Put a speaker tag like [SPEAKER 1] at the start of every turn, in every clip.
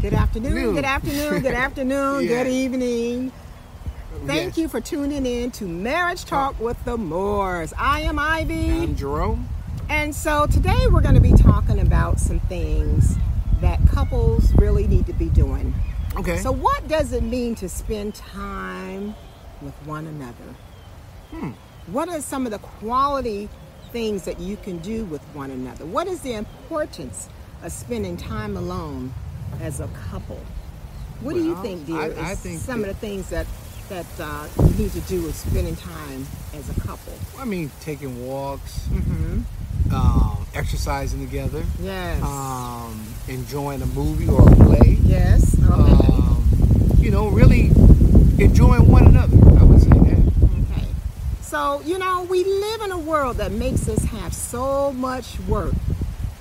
[SPEAKER 1] Good afternoon,
[SPEAKER 2] Noon.
[SPEAKER 1] good afternoon, good afternoon,
[SPEAKER 2] Yeah.
[SPEAKER 1] good evening. Thank
[SPEAKER 2] Yes.
[SPEAKER 1] you for tuning in to Marriage Talk with the Moors. I am Ivy.
[SPEAKER 2] I'm Jerome.
[SPEAKER 1] And so today we're going to be talking about some things that couples really need to be doing.
[SPEAKER 2] Okay.
[SPEAKER 1] So, what does it mean to spend time with one another?
[SPEAKER 2] Hmm.
[SPEAKER 1] What are some of the quality things that you can do with one another? What is the importance of spending time alone as a couple? What do you
[SPEAKER 2] Well,
[SPEAKER 1] think, dear?
[SPEAKER 2] I-
[SPEAKER 1] is
[SPEAKER 2] I think
[SPEAKER 1] some
[SPEAKER 2] that-
[SPEAKER 1] of the things that that uh, you need to do with spending time as a couple.
[SPEAKER 2] I mean, taking walks,
[SPEAKER 1] Mm-hmm.
[SPEAKER 2] um, exercising together,
[SPEAKER 1] Yes.
[SPEAKER 2] um, enjoying a movie or a play.
[SPEAKER 1] yes. Okay.
[SPEAKER 2] Um, you know, really enjoying one another. I would say that.
[SPEAKER 1] Okay. So, you know, we live in a world that makes us have so much work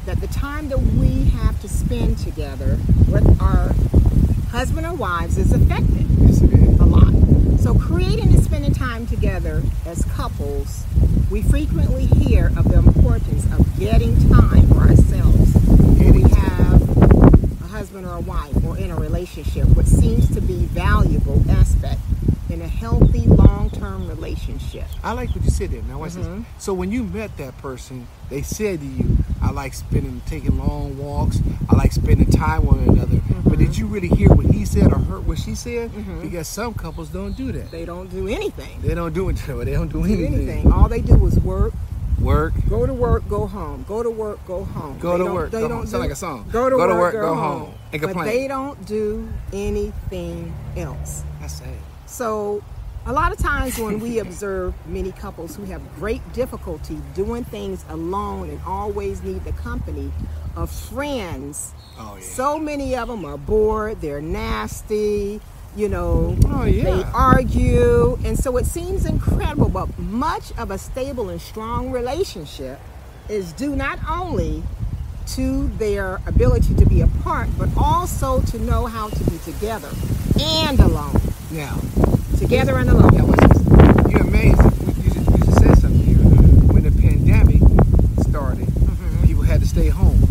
[SPEAKER 1] that the time that we have to spend together with our husband or wives is affected
[SPEAKER 2] Yes, it is.
[SPEAKER 1] a lot. So, creating and spending time together as couples, we frequently hear of the importance of getting time for ourselves when we have a husband or a wife or in a relationship, which seems to be valuable aspect in a healthy long-term relationship.
[SPEAKER 2] I like what you said there. Now watch
[SPEAKER 1] Mhm.
[SPEAKER 2] this. So when you met that person, they said to you, "I like spending, taking long walks. I like spending time with one another."
[SPEAKER 1] Mm-hmm.
[SPEAKER 2] But did you really hear what he said or heard what she said? Because some couples don't do that.
[SPEAKER 1] They don't do anything.
[SPEAKER 2] They don't do it. They don't do
[SPEAKER 1] Do
[SPEAKER 2] anything.
[SPEAKER 1] anything. All they do is work,
[SPEAKER 2] Work.
[SPEAKER 1] go to work, go home. Go to work, go home.
[SPEAKER 2] Go
[SPEAKER 1] They
[SPEAKER 2] to
[SPEAKER 1] don't-
[SPEAKER 2] work.
[SPEAKER 1] They
[SPEAKER 2] go
[SPEAKER 1] don't
[SPEAKER 2] home.
[SPEAKER 1] do-
[SPEAKER 2] Sound like a song.
[SPEAKER 1] Go to, work,
[SPEAKER 2] go, home. And
[SPEAKER 1] But
[SPEAKER 2] complain.
[SPEAKER 1] they don't do anything else.
[SPEAKER 2] That's sad.
[SPEAKER 1] So, a lot of times when we observe many couples who have great difficulty doing things alone and always need the company of friends,
[SPEAKER 2] Oh, yeah.
[SPEAKER 1] so many of them are bored, they're nasty, you know,
[SPEAKER 2] Oh,
[SPEAKER 1] they
[SPEAKER 2] yeah.
[SPEAKER 1] argue. And so it seems incredible, but much of a stable and strong relationship is due not only to their ability to be apart, but also to know how to be together and alone
[SPEAKER 2] Now,
[SPEAKER 1] together and alone.
[SPEAKER 2] now watch this. You're amazed. You just, you just said something here. When the pandemic started,
[SPEAKER 1] Mm-hmm.
[SPEAKER 2] people had to stay home.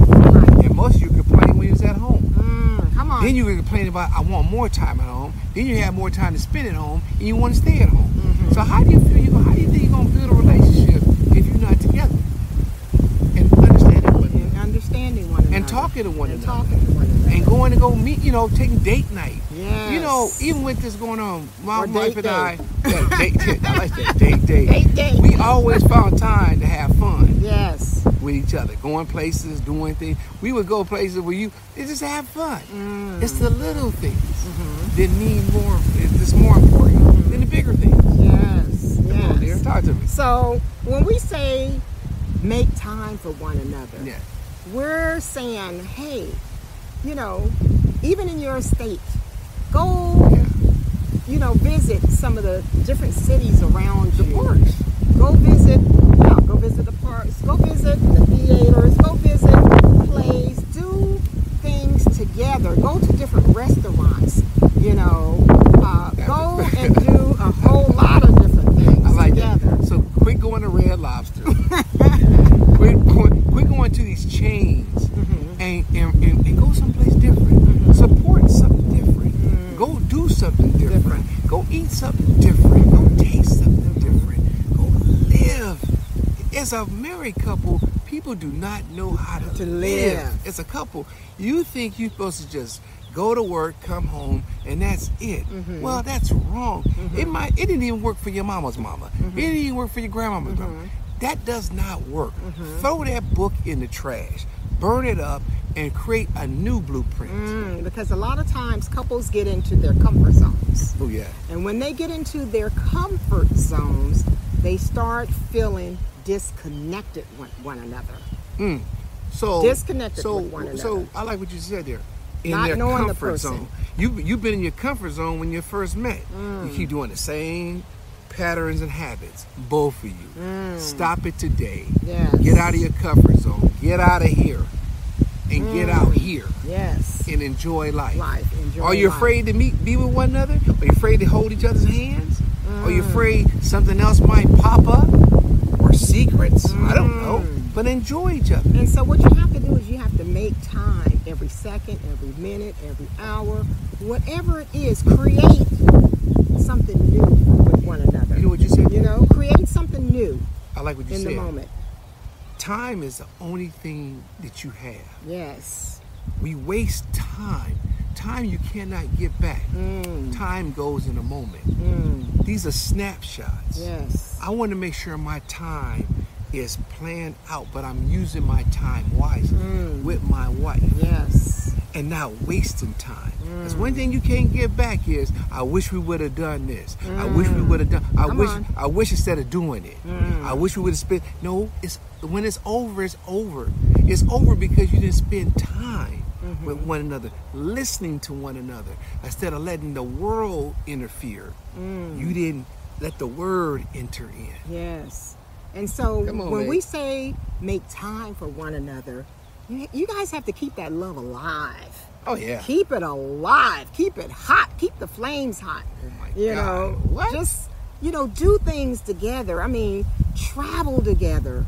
[SPEAKER 2] And most of you complained when you was at home.
[SPEAKER 1] Mm, come on.
[SPEAKER 2] Then you were complaining about, I want more time at home. Then you have more time to spend at home, and you want to stay at home.
[SPEAKER 1] Mm-hmm.
[SPEAKER 2] So how do you feel? You how do you think you're gonna build a relationship if you're not together and understanding one another
[SPEAKER 1] and understanding one another
[SPEAKER 2] and talking to one
[SPEAKER 1] and
[SPEAKER 2] another?
[SPEAKER 1] talking to one another.
[SPEAKER 2] and going to go meet, you know, taking date night.
[SPEAKER 1] Yes.
[SPEAKER 2] You know, even with this going on, my
[SPEAKER 1] Or
[SPEAKER 2] wife
[SPEAKER 1] date
[SPEAKER 2] and I, Yeah, date, date, I like that date, date.
[SPEAKER 1] Date day.
[SPEAKER 2] We always found time to have fun
[SPEAKER 1] yes.
[SPEAKER 2] with each other, going places, doing things. We would go places where you they just have fun. It's the little things that need more. It's more important than the bigger things.
[SPEAKER 1] Yes.
[SPEAKER 2] Come on, dear,
[SPEAKER 1] Yes.
[SPEAKER 2] talk to me.
[SPEAKER 1] So when we say make time for one another,
[SPEAKER 2] Yeah.
[SPEAKER 1] we're saying, hey, you know, even in your state, go,
[SPEAKER 2] Yeah.
[SPEAKER 1] you know, visit some of the different cities around
[SPEAKER 2] The
[SPEAKER 1] you.
[SPEAKER 2] parks.
[SPEAKER 1] go visit yeah, go visit the parks go visit the theaters go visit plays do things together go to different restaurants you know uh, go and do a whole lot of different things
[SPEAKER 2] I like
[SPEAKER 1] together
[SPEAKER 2] that. So quit going to Red Lobster. quit, quit, quit going to these chains and, and, and, and go someplace different. Support something different. Go do something different. Go eat something different. Go taste something different. Go live. As a married couple, people do not know how to,
[SPEAKER 1] To live.
[SPEAKER 2] As a couple, you think you're supposed to just go to work, come home, and that's it. Well, that's wrong. It might it didn't even work for your mama's mama. It didn't even work for your grandmama's mama. That does not work. Throw that book in the trash. Burn it up and create a new blueprint.
[SPEAKER 1] Mm, because a lot of times couples get into their comfort zones
[SPEAKER 2] Oh yeah.
[SPEAKER 1] and when they get into their comfort zones they start feeling disconnected with one another
[SPEAKER 2] So
[SPEAKER 1] Disconnected
[SPEAKER 2] So
[SPEAKER 1] with one
[SPEAKER 2] so
[SPEAKER 1] another.
[SPEAKER 2] I like what you said there. In
[SPEAKER 1] Not
[SPEAKER 2] their
[SPEAKER 1] knowing the
[SPEAKER 2] comfort
[SPEAKER 1] person.
[SPEAKER 2] zone. You you've been in your comfort zone when you first met.
[SPEAKER 1] Mm.
[SPEAKER 2] You keep doing the same patterns and habits. Both of you. Stop it today.
[SPEAKER 1] Mm. yes
[SPEAKER 2] Get out of your comfort zone. Get out of here. And get out here
[SPEAKER 1] yes
[SPEAKER 2] and enjoy life.
[SPEAKER 1] life Mm. enjoy
[SPEAKER 2] Are you
[SPEAKER 1] life.
[SPEAKER 2] afraid to meet be with one another? Are you afraid to hold each other's hands? Are
[SPEAKER 1] Mm.
[SPEAKER 2] you afraid something else might pop up? Or
[SPEAKER 1] Mm.
[SPEAKER 2] secrets? I don't know. But enjoy each other.
[SPEAKER 1] And so what you have to do is you have to make time every every second, every minute, every hour, whatever it is, create something new with one another.
[SPEAKER 2] You know what you said?
[SPEAKER 1] You know, create something new
[SPEAKER 2] I like what you
[SPEAKER 1] in
[SPEAKER 2] said.
[SPEAKER 1] the moment.
[SPEAKER 2] Time is the only thing that you have.
[SPEAKER 1] Yes.
[SPEAKER 2] We waste time. Time you cannot get back.
[SPEAKER 1] Mm,
[SPEAKER 2] Time goes in a moment.
[SPEAKER 1] mm,
[SPEAKER 2] These are snapshots.
[SPEAKER 1] yes.
[SPEAKER 2] I want to make sure my time is planned out, but I'm using my time wisely
[SPEAKER 1] Mm.
[SPEAKER 2] with my wife
[SPEAKER 1] Yes.
[SPEAKER 2] and not wasting time. That's one thing you can't get back is I wish we would have done this. I wish we would have done. I
[SPEAKER 1] Come
[SPEAKER 2] wish.
[SPEAKER 1] on. Mm.
[SPEAKER 2] I wish instead of doing it. I wish we would have spent. No, it's when it's over. It's over. It's over because you didn't spend time
[SPEAKER 1] Mm-hmm.
[SPEAKER 2] with one another, listening to one another instead of letting the world interfere.
[SPEAKER 1] Mm.
[SPEAKER 2] You didn't let the word enter in.
[SPEAKER 1] Yes. And so
[SPEAKER 2] Come on,
[SPEAKER 1] when
[SPEAKER 2] babe.
[SPEAKER 1] we say make time for one another, you you guys have to keep that love alive.
[SPEAKER 2] Oh yeah.
[SPEAKER 1] Keep it alive. Keep it hot. Keep the flames hot.
[SPEAKER 2] Oh my
[SPEAKER 1] You
[SPEAKER 2] God.
[SPEAKER 1] know,
[SPEAKER 2] What?
[SPEAKER 1] just you know, do things together. I mean, travel together,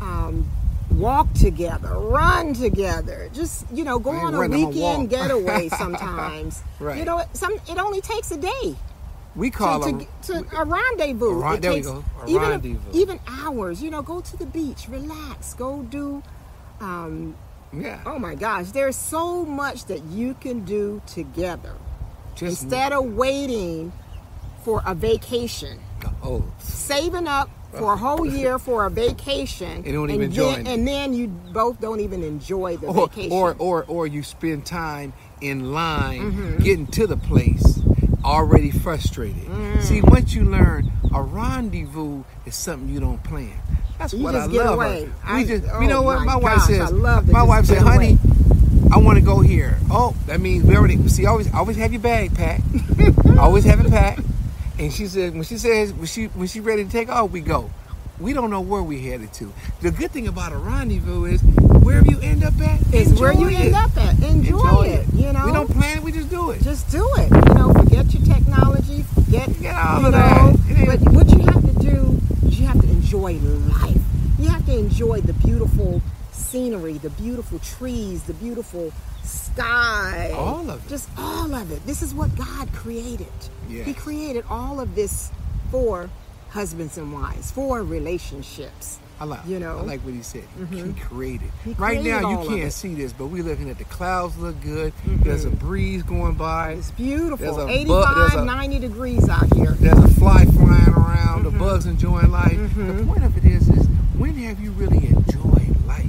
[SPEAKER 1] um, walk together, run together. Just you know, go
[SPEAKER 2] I ain't
[SPEAKER 1] on a
[SPEAKER 2] running, I'm a walk.
[SPEAKER 1] weekend getaway sometimes.
[SPEAKER 2] Right.
[SPEAKER 1] You know, it- some it only takes a day
[SPEAKER 2] we
[SPEAKER 1] to,
[SPEAKER 2] call
[SPEAKER 1] to,
[SPEAKER 2] them.
[SPEAKER 1] get- to a rendezvous.
[SPEAKER 2] a ren-
[SPEAKER 1] It
[SPEAKER 2] there we
[SPEAKER 1] takes
[SPEAKER 2] go. A
[SPEAKER 1] even,
[SPEAKER 2] rendezvous.
[SPEAKER 1] even hours. You know, go to the beach, relax, go do. Um,
[SPEAKER 2] yeah.
[SPEAKER 1] oh my gosh, there's so much that you can do together
[SPEAKER 2] Just
[SPEAKER 1] instead of waiting for a vacation.
[SPEAKER 2] Oh.
[SPEAKER 1] Saving up for a whole year for a vacation,
[SPEAKER 2] And don't even enjoy
[SPEAKER 1] then,
[SPEAKER 2] it.
[SPEAKER 1] and then you both don't even enjoy the
[SPEAKER 2] or,
[SPEAKER 1] vacation.
[SPEAKER 2] or or or you spend time in line
[SPEAKER 1] Mm-hmm.
[SPEAKER 2] getting to the place already frustrated
[SPEAKER 1] Mm.
[SPEAKER 2] see once you learn a rendezvous is something you don't plan that's
[SPEAKER 1] You
[SPEAKER 2] what
[SPEAKER 1] just
[SPEAKER 2] I
[SPEAKER 1] get
[SPEAKER 2] love her.
[SPEAKER 1] away.
[SPEAKER 2] we
[SPEAKER 1] I-
[SPEAKER 2] just
[SPEAKER 1] oh
[SPEAKER 2] you know what
[SPEAKER 1] my
[SPEAKER 2] my, wife
[SPEAKER 1] gosh,
[SPEAKER 2] says
[SPEAKER 1] I love to
[SPEAKER 2] my
[SPEAKER 1] just
[SPEAKER 2] wife said
[SPEAKER 1] get
[SPEAKER 2] honey
[SPEAKER 1] away."
[SPEAKER 2] I want to go here oh that means we already see always always have your bag packed always have it packed and she said when she says when she when she ready to take off we go we don't know where we headed to the good thing about a rendezvous is wherever you end up at
[SPEAKER 1] is where you
[SPEAKER 2] enjoy
[SPEAKER 1] end
[SPEAKER 2] it.
[SPEAKER 1] up at. Enjoy, it. You know,
[SPEAKER 2] We don't plan it, we just do it.
[SPEAKER 1] just do it. You know, forget your technology. Forget
[SPEAKER 2] Get all
[SPEAKER 1] you know,
[SPEAKER 2] of that. It ain't-
[SPEAKER 1] but what you have to do is you have to enjoy life. You have to enjoy the beautiful scenery, the beautiful trees, the beautiful sky.
[SPEAKER 2] All of it.
[SPEAKER 1] Just all of it. This is what God created. He
[SPEAKER 2] Yes.
[SPEAKER 1] created all of this for husbands and wives, for relationships.
[SPEAKER 2] I like,
[SPEAKER 1] You know. Mm-hmm.
[SPEAKER 2] I like what he said. He created.
[SPEAKER 1] He
[SPEAKER 2] right
[SPEAKER 1] created
[SPEAKER 2] now,
[SPEAKER 1] all
[SPEAKER 2] you
[SPEAKER 1] of
[SPEAKER 2] can't
[SPEAKER 1] it. Mm-hmm.
[SPEAKER 2] see this, but we're looking at the clouds look good. There's a breeze going by.
[SPEAKER 1] It's beautiful.
[SPEAKER 2] There's a bu-
[SPEAKER 1] 85,
[SPEAKER 2] there's a-
[SPEAKER 1] 90 degrees out here.
[SPEAKER 2] There's a fly flying around. The bugs enjoying life. The point of it is, is when have you really enjoyed life?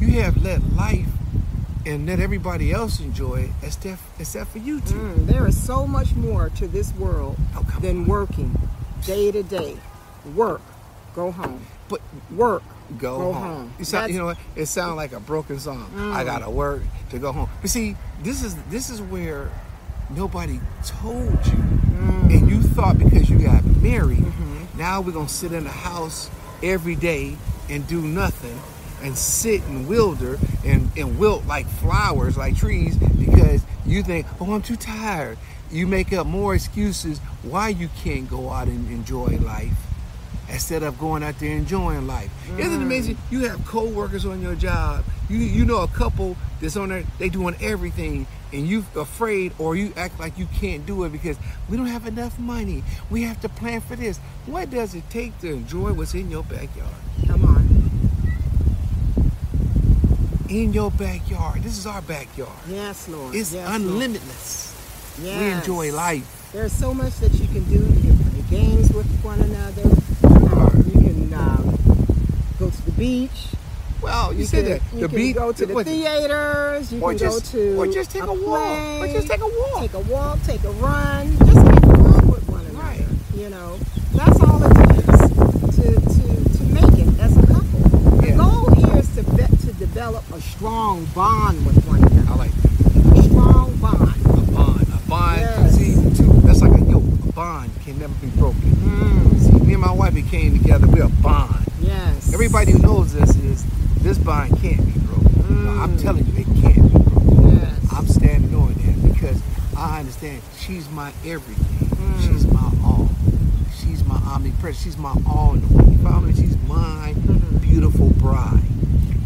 [SPEAKER 2] You have let life and let everybody else enjoy it, except except for you two.
[SPEAKER 1] Mm, there is so much more to this world
[SPEAKER 2] Oh, come
[SPEAKER 1] than
[SPEAKER 2] on.
[SPEAKER 1] working day to day. Work, go home.
[SPEAKER 2] But
[SPEAKER 1] Work.
[SPEAKER 2] go,
[SPEAKER 1] Go
[SPEAKER 2] home.
[SPEAKER 1] home.
[SPEAKER 2] You, sound,
[SPEAKER 1] That's- Mm.
[SPEAKER 2] you know what? It sounds like a broken song. I gotta work to go home. But see, this is this is where nobody told you,
[SPEAKER 1] Mm.
[SPEAKER 2] and you thought because you got married,
[SPEAKER 1] Mm-hmm.
[SPEAKER 2] now we're gonna sit in the house every day and do nothing, and sit and wilder and and wilt like flowers, like trees, because you think, oh, I'm too tired. You make up more excuses why you can't go out and enjoy life instead of going out there enjoying life. Isn't
[SPEAKER 1] Mm.
[SPEAKER 2] it amazing? You have co-workers on your job. You you know a couple that's on there, they doing everything and you afraid or you act like you can't do it because we don't have enough money. We have to plan for this. What does it take to enjoy what's in your backyard?
[SPEAKER 1] Come on.
[SPEAKER 2] In your backyard. This is our backyard.
[SPEAKER 1] Yes, Lord.
[SPEAKER 2] It's
[SPEAKER 1] yes, Lord.
[SPEAKER 2] unlimitless. We
[SPEAKER 1] Yes.
[SPEAKER 2] enjoy life.
[SPEAKER 1] There's so much that you can do. You can play games with one another. Um, you can um, go to the beach.
[SPEAKER 2] Well, you,
[SPEAKER 1] can,
[SPEAKER 2] said that.
[SPEAKER 1] You
[SPEAKER 2] the
[SPEAKER 1] can
[SPEAKER 2] beach-
[SPEAKER 1] go to the
[SPEAKER 2] what-
[SPEAKER 1] theaters. You
[SPEAKER 2] Or
[SPEAKER 1] can
[SPEAKER 2] just-
[SPEAKER 1] go to
[SPEAKER 2] or just take a walk. Or
[SPEAKER 1] play,
[SPEAKER 2] just take a walk.
[SPEAKER 1] Take a walk. Take a run. Just have fun with one another.
[SPEAKER 2] Right.
[SPEAKER 1] You know, that's all it takes to to, to make it as a couple. The
[SPEAKER 2] Yeah.
[SPEAKER 1] goal here is to be, to develop a strong bond with one another.
[SPEAKER 2] I like
[SPEAKER 1] A strong bond.
[SPEAKER 2] a bond. A bond.
[SPEAKER 1] Yes.
[SPEAKER 2] See, two, that's like a yoke. A bond can never be broken. See, me and my wife we came together. We're a bond.
[SPEAKER 1] Mm. Yes.
[SPEAKER 2] Everybody who knows this is this bond can't be broken. No, I'm
[SPEAKER 1] Mm.
[SPEAKER 2] telling you, it can't be broken.
[SPEAKER 1] Yes.
[SPEAKER 2] I'm standing on that because I understand she's my everything. She's my all. She's my omnipresent. She's my all in the world. You follow me? She's my beautiful bride.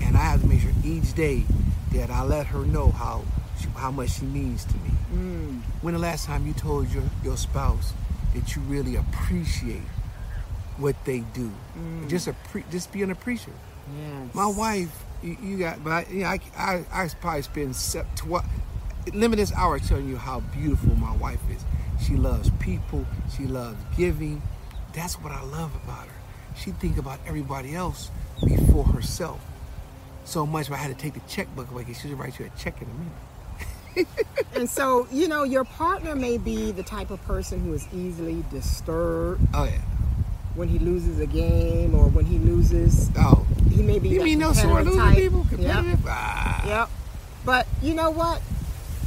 [SPEAKER 2] And I have to make sure each day that I let her know how she, how much she means to me. When the last time you told your, your spouse that you really appreciate what they do, just appre- just be an appreciative.
[SPEAKER 1] Yes.
[SPEAKER 2] My wife, you, you got, but I, you know, I, I, I probably spend se- tw- limit this hour telling you how beautiful my wife is. She loves people. She loves giving. That's what I love about her. She think about everybody else before herself. So much, I had to take the checkbook away because she'll write you a check in a minute.
[SPEAKER 1] And so, you know, your partner may be the type of person who is easily disturbed
[SPEAKER 2] Oh yeah.
[SPEAKER 1] when he loses a game or when he loses.
[SPEAKER 2] Oh,
[SPEAKER 1] He may be.
[SPEAKER 2] you
[SPEAKER 1] that
[SPEAKER 2] mean no sore
[SPEAKER 1] competitive
[SPEAKER 2] losing
[SPEAKER 1] type.
[SPEAKER 2] people?
[SPEAKER 1] Yep.
[SPEAKER 2] Competitive? Ah.
[SPEAKER 1] Yep. But you know what?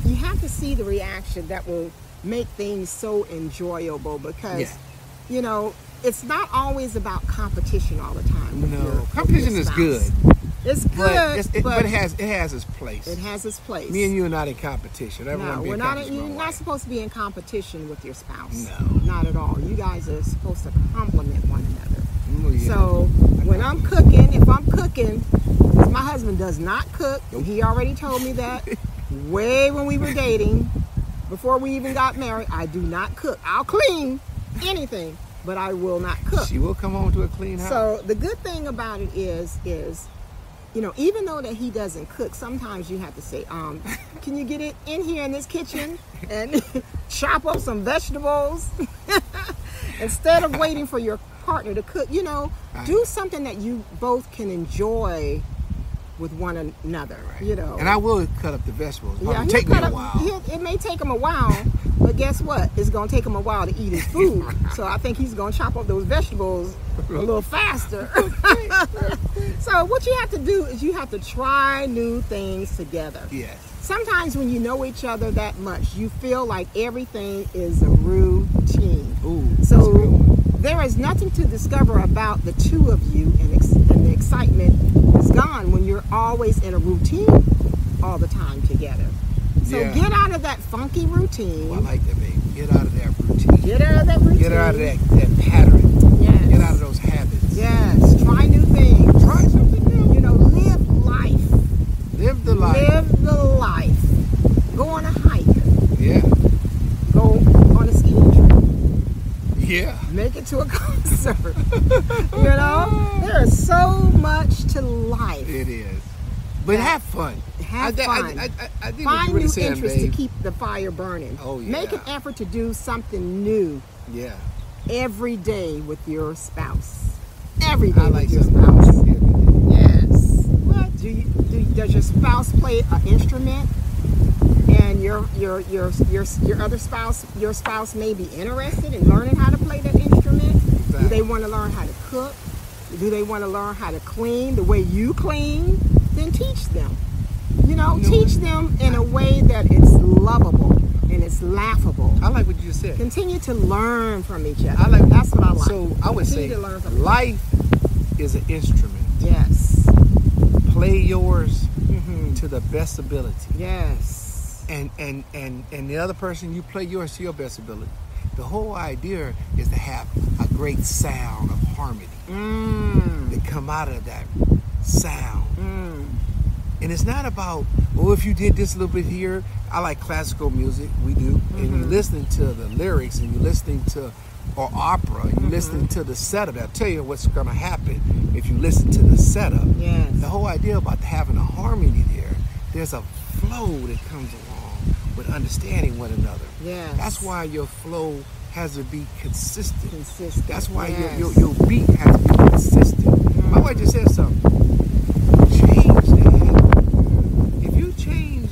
[SPEAKER 1] You have to see the reaction that will make things so enjoyable because,
[SPEAKER 2] Yeah.
[SPEAKER 1] you know, it's not always about competition all the time. with
[SPEAKER 2] No.
[SPEAKER 1] your- with
[SPEAKER 2] Competition
[SPEAKER 1] your
[SPEAKER 2] is
[SPEAKER 1] spouse.
[SPEAKER 2] good.
[SPEAKER 1] It's good,
[SPEAKER 2] But,
[SPEAKER 1] but,
[SPEAKER 2] it's, it, but, it has it has its place.
[SPEAKER 1] it has its place.
[SPEAKER 2] Me and you are not in competition. I don't want
[SPEAKER 1] no,
[SPEAKER 2] to be
[SPEAKER 1] we're
[SPEAKER 2] in
[SPEAKER 1] not.
[SPEAKER 2] competition
[SPEAKER 1] you're
[SPEAKER 2] with my
[SPEAKER 1] not
[SPEAKER 2] wife.
[SPEAKER 1] supposed to be in competition with your spouse.
[SPEAKER 2] No.
[SPEAKER 1] not at all. You guys are supposed to complement one another.
[SPEAKER 2] Oh, yeah.
[SPEAKER 1] So when I'm cooking, if I'm cooking, 'cause my husband does not cook.
[SPEAKER 2] Nope.
[SPEAKER 1] He already told me that way when we were dating, before we even got married. I do not cook. I'll clean anything, but I will not cook.
[SPEAKER 2] She will come home to a clean house.
[SPEAKER 1] So the good thing about it is, is you know, even though that he doesn't cook, sometimes you have to say, um, "Can you get it in here in this kitchen and chop up some vegetables?" Instead of waiting for your partner to cook, you know, do something that you both can enjoy with one another. You know,
[SPEAKER 2] and I will cut up the vegetables. It'll
[SPEAKER 1] yeah,
[SPEAKER 2] take
[SPEAKER 1] he'll
[SPEAKER 2] me
[SPEAKER 1] cut
[SPEAKER 2] a
[SPEAKER 1] up-
[SPEAKER 2] while.
[SPEAKER 1] he'll- It may take him a while, but guess what? It's gonna take him a while to eat his food. so I think he's gonna chop up those vegetables a little faster. so what you have to do is you have to try new things together.
[SPEAKER 2] Yeah.
[SPEAKER 1] Sometimes when you know each other that much, you feel like everything is a routine.
[SPEAKER 2] Ooh. that's a good
[SPEAKER 1] So
[SPEAKER 2] one.
[SPEAKER 1] there is nothing to discover about the two of you, and, ex- and the excitement is gone when you're always in a routine all the time together. So
[SPEAKER 2] Yeah.
[SPEAKER 1] get out of that funky routine.
[SPEAKER 2] Ooh, I like that, baby. Get out of that routine.
[SPEAKER 1] Get out of that routine.
[SPEAKER 2] Get out of that, that pattern.
[SPEAKER 1] Yes.
[SPEAKER 2] Get out of those habits.
[SPEAKER 1] Yes. Try new things.
[SPEAKER 2] Try something new.
[SPEAKER 1] You know, live life.
[SPEAKER 2] Live the life.
[SPEAKER 1] Live the life. Go on a hike.
[SPEAKER 2] Yeah.
[SPEAKER 1] Go on a skiing trip.
[SPEAKER 2] Yeah.
[SPEAKER 1] make it to a concert. you know, there is so much to life.
[SPEAKER 2] It is. But have fun.
[SPEAKER 1] Have
[SPEAKER 2] I, I-
[SPEAKER 1] fun.
[SPEAKER 2] I, I, I think what
[SPEAKER 1] Find
[SPEAKER 2] you really
[SPEAKER 1] new
[SPEAKER 2] saying,
[SPEAKER 1] interests
[SPEAKER 2] babe.
[SPEAKER 1] to keep the fire burning.
[SPEAKER 2] Oh,
[SPEAKER 1] Make an
[SPEAKER 2] yeah.
[SPEAKER 1] effort to do something new
[SPEAKER 2] yeah.
[SPEAKER 1] every day with your spouse. Every day
[SPEAKER 2] I like
[SPEAKER 1] with your
[SPEAKER 2] something else.
[SPEAKER 1] spouse. Yes. What do you do? Does your spouse play an instrument? And your your your your your other spouse, your spouse may be interested in learning how to play that instrument. Do they
[SPEAKER 2] Exactly.
[SPEAKER 1] want to learn how to cook? Do they want to learn how to clean the way you clean? Then teach them. You know,
[SPEAKER 2] You know
[SPEAKER 1] teach them in a way that is lovable and it's laughable.
[SPEAKER 2] I like what you just said.
[SPEAKER 1] Continue to learn from each other.
[SPEAKER 2] I like
[SPEAKER 1] that's what I like.
[SPEAKER 2] So I
[SPEAKER 1] Continue
[SPEAKER 2] would say
[SPEAKER 1] to learn from
[SPEAKER 2] life is an instrument.
[SPEAKER 1] yes,
[SPEAKER 2] Play yours
[SPEAKER 1] Mm-hmm.
[SPEAKER 2] to the best ability.
[SPEAKER 1] yes,
[SPEAKER 2] and and and and the other person you play yours to your best ability. The whole idea is to have a great sound of harmony
[SPEAKER 1] Mm.
[SPEAKER 2] that come out of that sound. And it's not about oh if you did this a little bit here. I like classical music, we do, and
[SPEAKER 1] Mm-hmm.
[SPEAKER 2] you're listening to the lyrics and you're listening to or opera, you're
[SPEAKER 1] Mm-hmm.
[SPEAKER 2] listening to the setup. I'll tell you what's gonna happen if you listen to the setup
[SPEAKER 1] yes.
[SPEAKER 2] the whole idea about having a harmony there, there's a flow that comes along with understanding one another.
[SPEAKER 1] Yes.
[SPEAKER 2] That's why your flow has to be consistent.
[SPEAKER 1] Consistent,
[SPEAKER 2] That's why your,
[SPEAKER 1] yes. Mm.
[SPEAKER 2] your, your beat has to be consistent. My wife just said something. Change the handle. If you change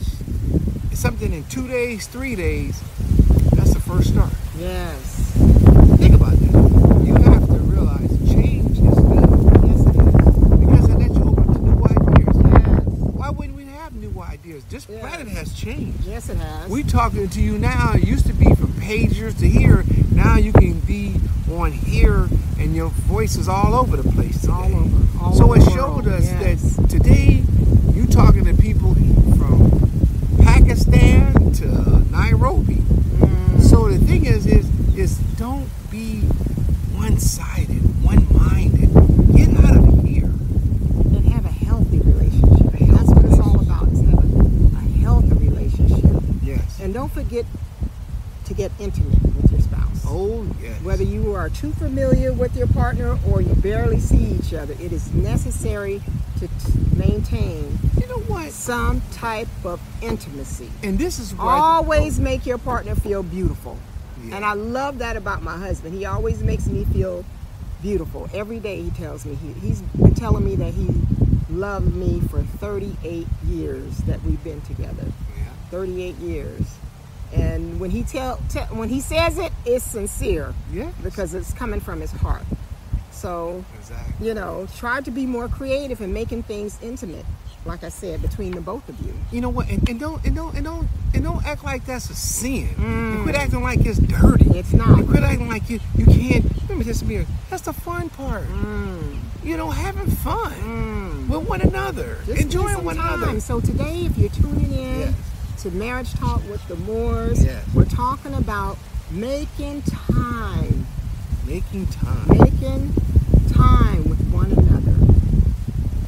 [SPEAKER 2] something in two days, three days, that's the first start.
[SPEAKER 1] Yes.
[SPEAKER 2] Think about that. You have to realize change is good
[SPEAKER 1] Yes, it is.
[SPEAKER 2] because it lets you open up to new ideas.
[SPEAKER 1] Yes.
[SPEAKER 2] Why wouldn't we have new ideas? This
[SPEAKER 1] Yeah.
[SPEAKER 2] planet has changed.
[SPEAKER 1] Yes, it has.
[SPEAKER 2] We talking to you now. It used to be from pagers to here. Now you can be on here, and your voice is all over the place. Today.
[SPEAKER 1] All over- all
[SPEAKER 2] so
[SPEAKER 1] over
[SPEAKER 2] it
[SPEAKER 1] the
[SPEAKER 2] showed
[SPEAKER 1] world,
[SPEAKER 2] us
[SPEAKER 1] yes.
[SPEAKER 2] that today you talking to people from Pakistan to Nairobi.
[SPEAKER 1] Mm.
[SPEAKER 2] So the thing is, is is don't be one-sided, one-minded. Get out of here.
[SPEAKER 1] and have a healthy relationship. That's what it's all about. Is have a And don't forget to get intimate with your spouse.
[SPEAKER 2] Oh yes.
[SPEAKER 1] Whether you are too familiar with your partner or you barely see each other, it is necessary to t- maintain
[SPEAKER 2] you know what?
[SPEAKER 1] some type of intimacy.
[SPEAKER 2] And this is why
[SPEAKER 1] Always make your partner feel beautiful.
[SPEAKER 2] Yeah.
[SPEAKER 1] And I love that about my husband. He always makes me feel beautiful. Every day he tells me, he, he's been telling me that he loved me for 38 years that we've been together.
[SPEAKER 2] Yeah.
[SPEAKER 1] 38 years. And when he tell, tell when he says it, it's sincere
[SPEAKER 2] Yeah.
[SPEAKER 1] because it's coming from his heart. So,
[SPEAKER 2] Exactly.
[SPEAKER 1] you know, try to be more creative in making things intimate, like I said, between the both of you.
[SPEAKER 2] You know what? And, and don't and don't and don't and don't act like that's a sin. And quit acting like it's dirty.
[SPEAKER 1] Mm. It's not.
[SPEAKER 2] And quit acting like you you can't. Let me just be. honest, That's the fun part.
[SPEAKER 1] Mm.
[SPEAKER 2] You know, having fun with one another,
[SPEAKER 1] Just spend
[SPEAKER 2] enjoying
[SPEAKER 1] some
[SPEAKER 2] one
[SPEAKER 1] time.
[SPEAKER 2] another.
[SPEAKER 1] So today, if you're tuning in
[SPEAKER 2] Yes.
[SPEAKER 1] to Marriage Talk with the Moors,
[SPEAKER 2] Yes.
[SPEAKER 1] we're talking about making time,
[SPEAKER 2] Making time.
[SPEAKER 1] making time with one another,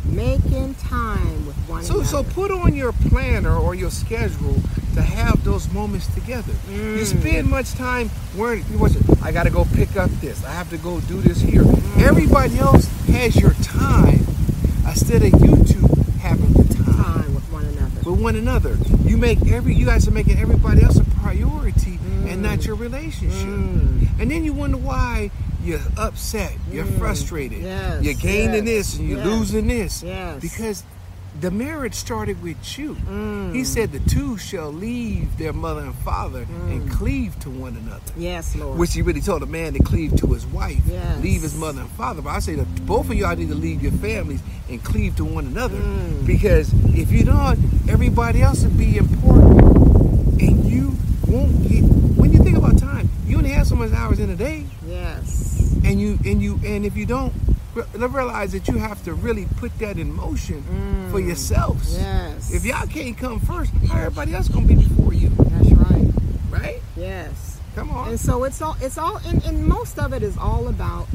[SPEAKER 1] making time with one
[SPEAKER 2] So,
[SPEAKER 1] another.
[SPEAKER 2] so put on your planner or your schedule to have those moments together.
[SPEAKER 1] Mm.
[SPEAKER 2] You spend much time worrying. You watch it. I got to go pick up this. I have to go do this here.
[SPEAKER 1] Mm.
[SPEAKER 2] Everybody else has your time uh, instead of you two having the time
[SPEAKER 1] time with one another.
[SPEAKER 2] with one another. You make every. You guys are making everybody else a priority
[SPEAKER 1] Mm.
[SPEAKER 2] and not your relationship. And then you wonder why you're upset. You're frustrated.
[SPEAKER 1] Mm. Yes,
[SPEAKER 2] you're gaining
[SPEAKER 1] yes,
[SPEAKER 2] this and you're
[SPEAKER 1] yes.
[SPEAKER 2] losing this.
[SPEAKER 1] Yes.
[SPEAKER 2] Because the marriage started with you.
[SPEAKER 1] Mm.
[SPEAKER 2] He said the two shall leave their mother and father
[SPEAKER 1] Mm.
[SPEAKER 2] and cleave to one another.
[SPEAKER 1] Yes, Lord.
[SPEAKER 2] Which he really told a man to cleave to his wife,
[SPEAKER 1] Yes.
[SPEAKER 2] leave his mother and father. But I say that both of y'all need to leave your families and cleave to one another.
[SPEAKER 1] Mm.
[SPEAKER 2] Because if you don't, everybody else will be important. And you won't get when you think about time, you only have so much hours in a day
[SPEAKER 1] yes.
[SPEAKER 2] and you and you and if you don't re- realize that you have to really put that in motion for yourselves
[SPEAKER 1] Mm. Yes.
[SPEAKER 2] if y'all can't come first how everybody else gonna be before you
[SPEAKER 1] That's right.
[SPEAKER 2] right
[SPEAKER 1] Yes.
[SPEAKER 2] come on
[SPEAKER 1] And so it's all it's all and, and most of it is all about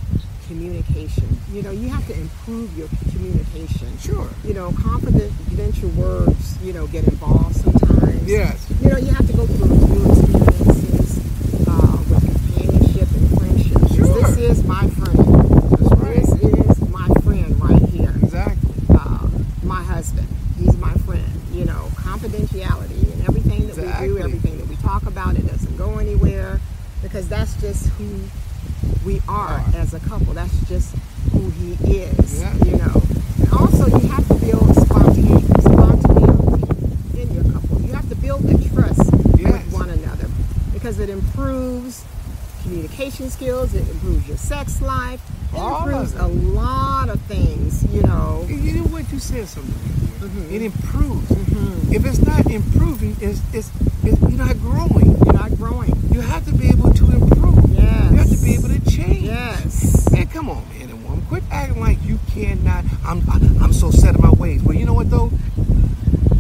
[SPEAKER 1] communication. You know, you have to improve your communication.
[SPEAKER 2] sure
[SPEAKER 1] You know, confidential words, you know, get involved sometimes.
[SPEAKER 2] yes
[SPEAKER 1] You know, you have to go through new experiences uh, with companionship and friendship. 'Cause
[SPEAKER 2] Sure.
[SPEAKER 1] This is my friend.
[SPEAKER 2] that's
[SPEAKER 1] This is my friend right here.
[SPEAKER 2] exactly
[SPEAKER 1] Uh, my husband. He's my friend. You know, confidentiality and everything that we
[SPEAKER 2] Exactly.
[SPEAKER 1] do, everything that we talk about, it doesn't go anywhere because that's just who we are
[SPEAKER 2] Are.
[SPEAKER 1] as a couple. That's just who he is.
[SPEAKER 2] Yeah.
[SPEAKER 1] You know, and also you have to build spontan- spontaneity in your couple. You have to build that trust
[SPEAKER 2] Yes.
[SPEAKER 1] with one another because it improves communication skills. It improves your sex life. It
[SPEAKER 2] All of
[SPEAKER 1] improves
[SPEAKER 2] it.
[SPEAKER 1] a lot of things. You know.
[SPEAKER 2] And you know what you said something right there.
[SPEAKER 1] Mm-hmm.
[SPEAKER 2] it improves if it's not improving it's, it's it's you're not growing
[SPEAKER 1] You're not growing.
[SPEAKER 2] you have to be able to improve
[SPEAKER 1] Yes.
[SPEAKER 2] you have to be able to change
[SPEAKER 1] Yes.
[SPEAKER 2] Man, come on, man and woman. Quit acting like you cannot. I'm I- I'm so set in my ways. Well, you know what though?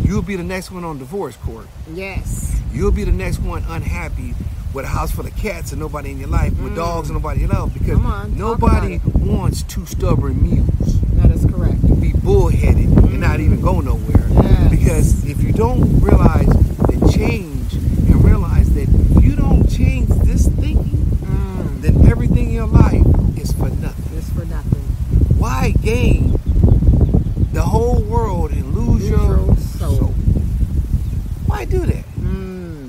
[SPEAKER 2] You'll be the next one on divorce court.
[SPEAKER 1] Yes.
[SPEAKER 2] You'll be the next one unhappy with a house full of cats and nobody in your life, with dogs and nobody in your life, because
[SPEAKER 1] Mm. Come on, talk
[SPEAKER 2] nobody wants two stubborn mules
[SPEAKER 1] That is correct.
[SPEAKER 2] to be bullheaded
[SPEAKER 1] Mm-hmm.
[SPEAKER 2] and not even go nowhere.
[SPEAKER 1] Yes.
[SPEAKER 2] Because if you don't realize the change and realize that if you don't change this thinking,
[SPEAKER 1] Mm-hmm.
[SPEAKER 2] then everything in your life is for nothing.
[SPEAKER 1] Mm, It's for nothing.
[SPEAKER 2] Why gain the whole world and lose,
[SPEAKER 1] Lose
[SPEAKER 2] your,
[SPEAKER 1] your
[SPEAKER 2] soul?
[SPEAKER 1] soul.
[SPEAKER 2] Why do that?
[SPEAKER 1] Mm.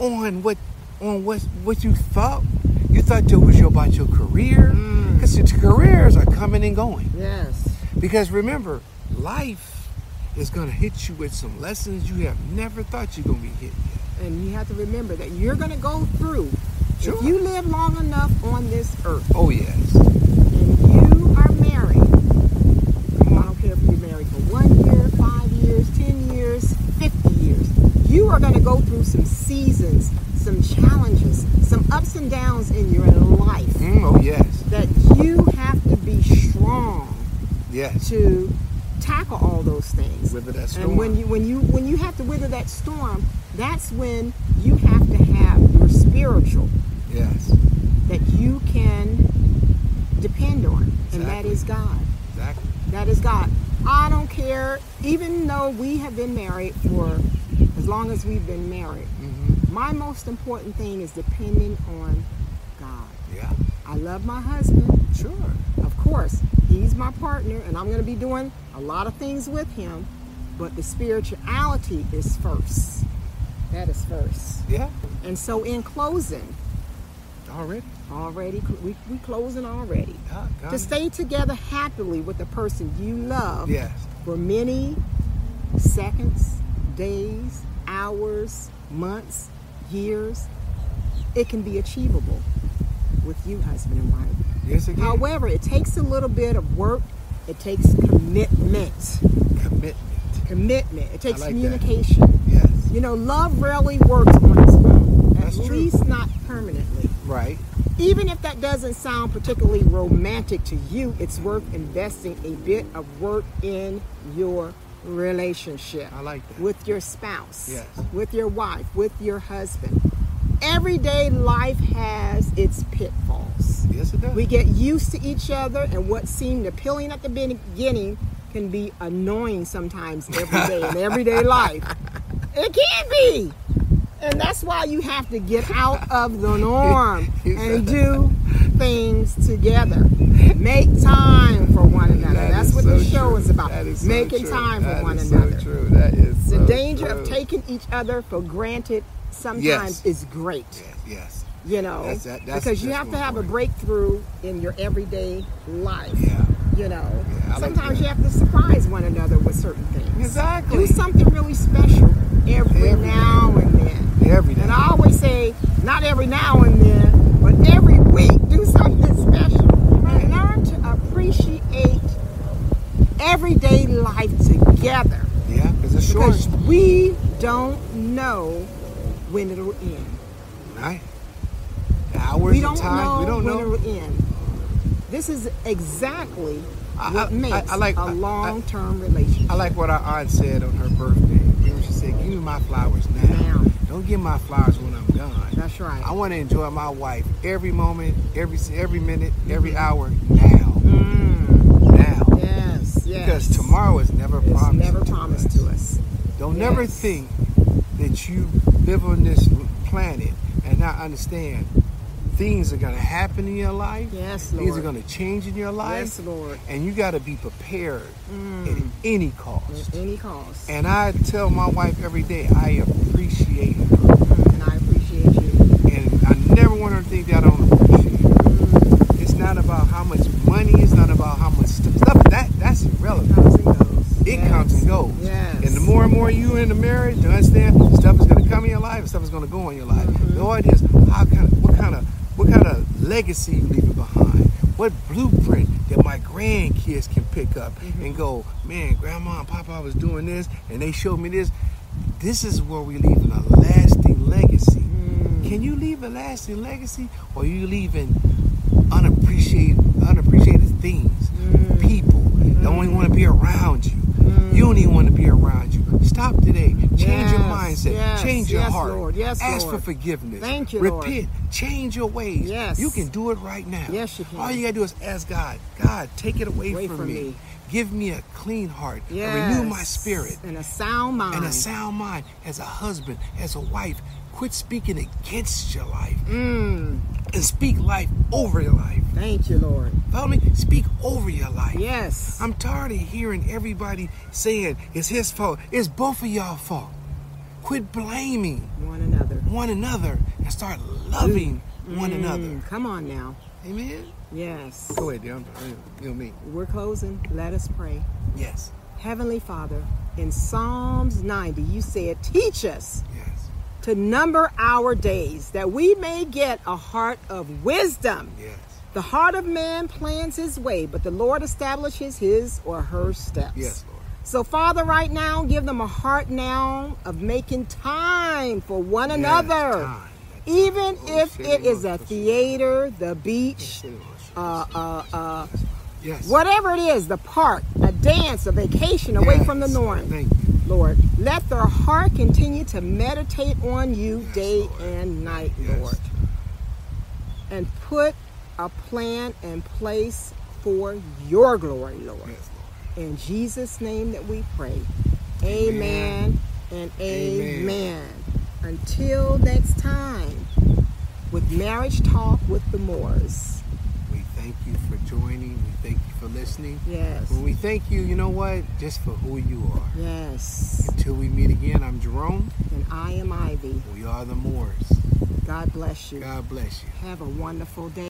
[SPEAKER 2] On what on what what you thought? You thought it was your, about your career? Because your careers are coming and going.
[SPEAKER 1] Mm, Yes.
[SPEAKER 2] Because remember, life is gonna hit you with some lessons you have never thought you're gonna be hit.
[SPEAKER 1] And you have to remember that you're going to go through.
[SPEAKER 2] Sure.
[SPEAKER 1] If you live long enough on this earth
[SPEAKER 2] Oh yes.
[SPEAKER 1] and you are married, I don't care if you're married for one year, five years, 10 years, 50 years, you are going to go through some seasons, some challenges, some ups and downs in your life
[SPEAKER 2] Mm, oh yes.
[SPEAKER 1] that you have to be strong
[SPEAKER 2] Yes.
[SPEAKER 1] to tackle all those things.
[SPEAKER 2] Whether that's storm.
[SPEAKER 1] And when you when you when you have to weather that storm, that's when you have to have your spiritual
[SPEAKER 2] yes.
[SPEAKER 1] that you can depend on, and that
[SPEAKER 2] Exactly.
[SPEAKER 1] is God.
[SPEAKER 2] Exactly.
[SPEAKER 1] That is God. I don't care, even though we have been married for as long as we've been married.
[SPEAKER 2] Mhm.
[SPEAKER 1] My most important thing is depending on God.
[SPEAKER 2] Yeah.
[SPEAKER 1] I love my husband.
[SPEAKER 2] Sure.
[SPEAKER 1] Of course, he's my partner, and I'm going to be doing a lot of things with him, but the spirituality is first. That is first.
[SPEAKER 2] Yeah.
[SPEAKER 1] And so, in closing,
[SPEAKER 2] Already.
[SPEAKER 1] already, cl- we, we closing already.
[SPEAKER 2] God, God.
[SPEAKER 1] To stay together happily with the person you love
[SPEAKER 2] yes.
[SPEAKER 1] for many seconds, days, hours, months, years, it can be achievable with you, husband and wife.
[SPEAKER 2] Yes again.
[SPEAKER 1] However, it takes a little bit of work. It takes commitment.
[SPEAKER 2] Commitment.
[SPEAKER 1] Commitment. It takes
[SPEAKER 2] like that.
[SPEAKER 1] communication.
[SPEAKER 2] Yes.
[SPEAKER 1] You know, love rarely works on its own. At
[SPEAKER 2] That's true.
[SPEAKER 1] least not permanently.
[SPEAKER 2] Right.
[SPEAKER 1] Even if that doesn't sound particularly romantic to you, it's worth investing a bit of work in your relationship.
[SPEAKER 2] I like that.
[SPEAKER 1] With your spouse,
[SPEAKER 2] Yes.
[SPEAKER 1] with your wife, with your husband. Everyday life has its pitfalls.
[SPEAKER 2] Yes, it does.
[SPEAKER 1] We get used to each other, and what seemed appealing at the beginning can be annoying sometimes every day in everyday life. It can be. And that's why you have to get out of the norm and do things together. Make time for one another.
[SPEAKER 2] That
[SPEAKER 1] that's
[SPEAKER 2] is
[SPEAKER 1] what
[SPEAKER 2] so
[SPEAKER 1] the show
[SPEAKER 2] true.
[SPEAKER 1] is about.
[SPEAKER 2] That is so
[SPEAKER 1] Making
[SPEAKER 2] true.
[SPEAKER 1] time for
[SPEAKER 2] That
[SPEAKER 1] one
[SPEAKER 2] is
[SPEAKER 1] another.
[SPEAKER 2] So true. That is
[SPEAKER 1] The
[SPEAKER 2] so
[SPEAKER 1] danger
[SPEAKER 2] true.
[SPEAKER 1] of taking each other for granted sometimes
[SPEAKER 2] Yes.
[SPEAKER 1] is great
[SPEAKER 2] Yes. yes.
[SPEAKER 1] you know
[SPEAKER 2] That's- that- that's-
[SPEAKER 1] because you
[SPEAKER 2] that's
[SPEAKER 1] have to
[SPEAKER 2] one
[SPEAKER 1] have a
[SPEAKER 2] point.
[SPEAKER 1] breakthrough in your everyday life
[SPEAKER 2] Yeah.
[SPEAKER 1] you know
[SPEAKER 2] Yeah, I like
[SPEAKER 1] sometimes
[SPEAKER 2] that.
[SPEAKER 1] you have to surprise one another with certain things
[SPEAKER 2] Exactly.
[SPEAKER 1] do something really special every,
[SPEAKER 2] Every
[SPEAKER 1] now and then
[SPEAKER 2] Every day.
[SPEAKER 1] and i always say not every now and then but every week do something special and learn to appreciate everyday life together
[SPEAKER 2] Yeah. Because it's short.
[SPEAKER 1] because we don't know when it'll end
[SPEAKER 2] Right. The hours
[SPEAKER 1] we
[SPEAKER 2] of
[SPEAKER 1] don't
[SPEAKER 2] time.
[SPEAKER 1] know
[SPEAKER 2] we don't
[SPEAKER 1] when
[SPEAKER 2] know.
[SPEAKER 1] it'll end. This is exactly
[SPEAKER 2] I-
[SPEAKER 1] what
[SPEAKER 2] I-
[SPEAKER 1] makes
[SPEAKER 2] I- I like-
[SPEAKER 1] a
[SPEAKER 2] I- I-
[SPEAKER 1] long-term relationship.
[SPEAKER 2] I like what our aunt said on her birthday. She said, "Give me my flowers now.
[SPEAKER 1] Now.
[SPEAKER 2] Don't give my flowers when I'm gone.
[SPEAKER 1] That's right.
[SPEAKER 2] I want to enjoy my wife every moment, every se- every minute,
[SPEAKER 1] Mm-hmm.
[SPEAKER 2] every hour now, now.
[SPEAKER 1] yes, Mm-hmm. yes.
[SPEAKER 2] Because tomorrow is never
[SPEAKER 1] is
[SPEAKER 2] promised.
[SPEAKER 1] never promised to us.
[SPEAKER 2] Don't never
[SPEAKER 1] Yes.
[SPEAKER 2] think that you live on this planet and not understand things are gonna happen in your life.
[SPEAKER 1] Yes,
[SPEAKER 2] Things are
[SPEAKER 1] Lord.
[SPEAKER 2] gonna change in your life.
[SPEAKER 1] Yes, Lord.
[SPEAKER 2] And you gotta be prepared at any cost.
[SPEAKER 1] At any cost.
[SPEAKER 2] And I tell my wife every day, I appreciate her.
[SPEAKER 1] And I appreciate you.
[SPEAKER 2] And I never want her to think that I don't appreciate her. It's not about how much money, it's not about how much stu- stuff. That that's irrelevant.
[SPEAKER 1] Comes and goes.
[SPEAKER 2] It
[SPEAKER 1] Yes.
[SPEAKER 2] comes and goes.
[SPEAKER 1] Yes.
[SPEAKER 2] And the more and more you in the marriage, to understand stuff is going to come in your life, and stuff is going to go in your life. The art is how kind of, what kind of what kind of legacy you leaving behind. What blueprint that my grandkids can pick up and go, man, grandma and papa was doing this, and they showed me this. This is where we leaving a lasting legacy. Can you leave a lasting legacy, or you leaving unappreciated unappreciated things,
[SPEAKER 1] Mm.
[SPEAKER 2] people that only want to be around you. You don't even want to be around you. Stop today. Change your
[SPEAKER 1] Yes,
[SPEAKER 2] mindset.
[SPEAKER 1] yes,
[SPEAKER 2] change your
[SPEAKER 1] yes,
[SPEAKER 2] heart.
[SPEAKER 1] Lord, yes,
[SPEAKER 2] Ask
[SPEAKER 1] Lord.
[SPEAKER 2] for forgiveness.
[SPEAKER 1] Thank you, Lord.
[SPEAKER 2] Repent. Change your ways.
[SPEAKER 1] Yes.
[SPEAKER 2] You can do it right now.
[SPEAKER 1] Yes, you can.
[SPEAKER 2] All you gotta do is ask God. God, take it away,
[SPEAKER 1] Away
[SPEAKER 2] from,
[SPEAKER 1] from
[SPEAKER 2] me.
[SPEAKER 1] me.
[SPEAKER 2] Give me a clean heart. and
[SPEAKER 1] Yes.
[SPEAKER 2] Renew my spirit
[SPEAKER 1] And a sound mind.
[SPEAKER 2] and a sound mind as a husband, as a wife. Quit speaking against your life
[SPEAKER 1] Mm.
[SPEAKER 2] and speak life over your life.
[SPEAKER 1] Thank you, Lord.
[SPEAKER 2] Follow me? Speak over your life.
[SPEAKER 1] Yes.
[SPEAKER 2] I'm tired of hearing everybody saying it's his fault. It's both of y'all fault. Quit blaming
[SPEAKER 1] One another.
[SPEAKER 2] one another and start loving one another.
[SPEAKER 1] Mm, come on now.
[SPEAKER 2] Amen.
[SPEAKER 1] Yes.
[SPEAKER 2] Go ahead, Dion.
[SPEAKER 1] Uh,
[SPEAKER 2] You know me.
[SPEAKER 1] We're closing. Let us pray.
[SPEAKER 2] Yes.
[SPEAKER 1] Heavenly Father, in Psalms 90, you said, Teach us
[SPEAKER 2] Yes.
[SPEAKER 1] to number our days that we may get a heart of wisdom.
[SPEAKER 2] Yes.
[SPEAKER 1] The heart of man plans his way, but the Lord establishes his or her steps.
[SPEAKER 2] Yes, Lord.
[SPEAKER 1] So, Father, right now, give them a heart now of making time for one
[SPEAKER 2] Yes,
[SPEAKER 1] another.
[SPEAKER 2] time.
[SPEAKER 1] Even
[SPEAKER 2] Oh,
[SPEAKER 1] if
[SPEAKER 2] shit,
[SPEAKER 1] it is
[SPEAKER 2] look,
[SPEAKER 1] a
[SPEAKER 2] push it.
[SPEAKER 1] theater, the beach,
[SPEAKER 2] Yes.
[SPEAKER 1] uh, uh, uh,
[SPEAKER 2] Yes.
[SPEAKER 1] whatever it is, the park, a dance, a vacation away from the
[SPEAKER 2] Yes.
[SPEAKER 1] norm.
[SPEAKER 2] Thank you.
[SPEAKER 1] Lord. Let their heart continue to meditate on you
[SPEAKER 2] Yes,
[SPEAKER 1] day
[SPEAKER 2] Lord.
[SPEAKER 1] and night,
[SPEAKER 2] Yes.
[SPEAKER 1] Lord. And put a plan in place for your glory, Lord.
[SPEAKER 2] Yes, Lord.
[SPEAKER 1] In Jesus' name that we pray. Amen,
[SPEAKER 2] Amen
[SPEAKER 1] and
[SPEAKER 2] Amen.
[SPEAKER 1] amen. Until next time, with Marriage Talk with the Moors.
[SPEAKER 2] We thank you for joining. We thank you for listening.
[SPEAKER 1] Yes.
[SPEAKER 2] When we thank you, you know what? Just for who you are.
[SPEAKER 1] Yes.
[SPEAKER 2] Till we meet again, I'm Jerome.
[SPEAKER 1] And I am Ivy.
[SPEAKER 2] We are the Moors.
[SPEAKER 1] God bless you.
[SPEAKER 2] God bless you.
[SPEAKER 1] Have a wonderful day.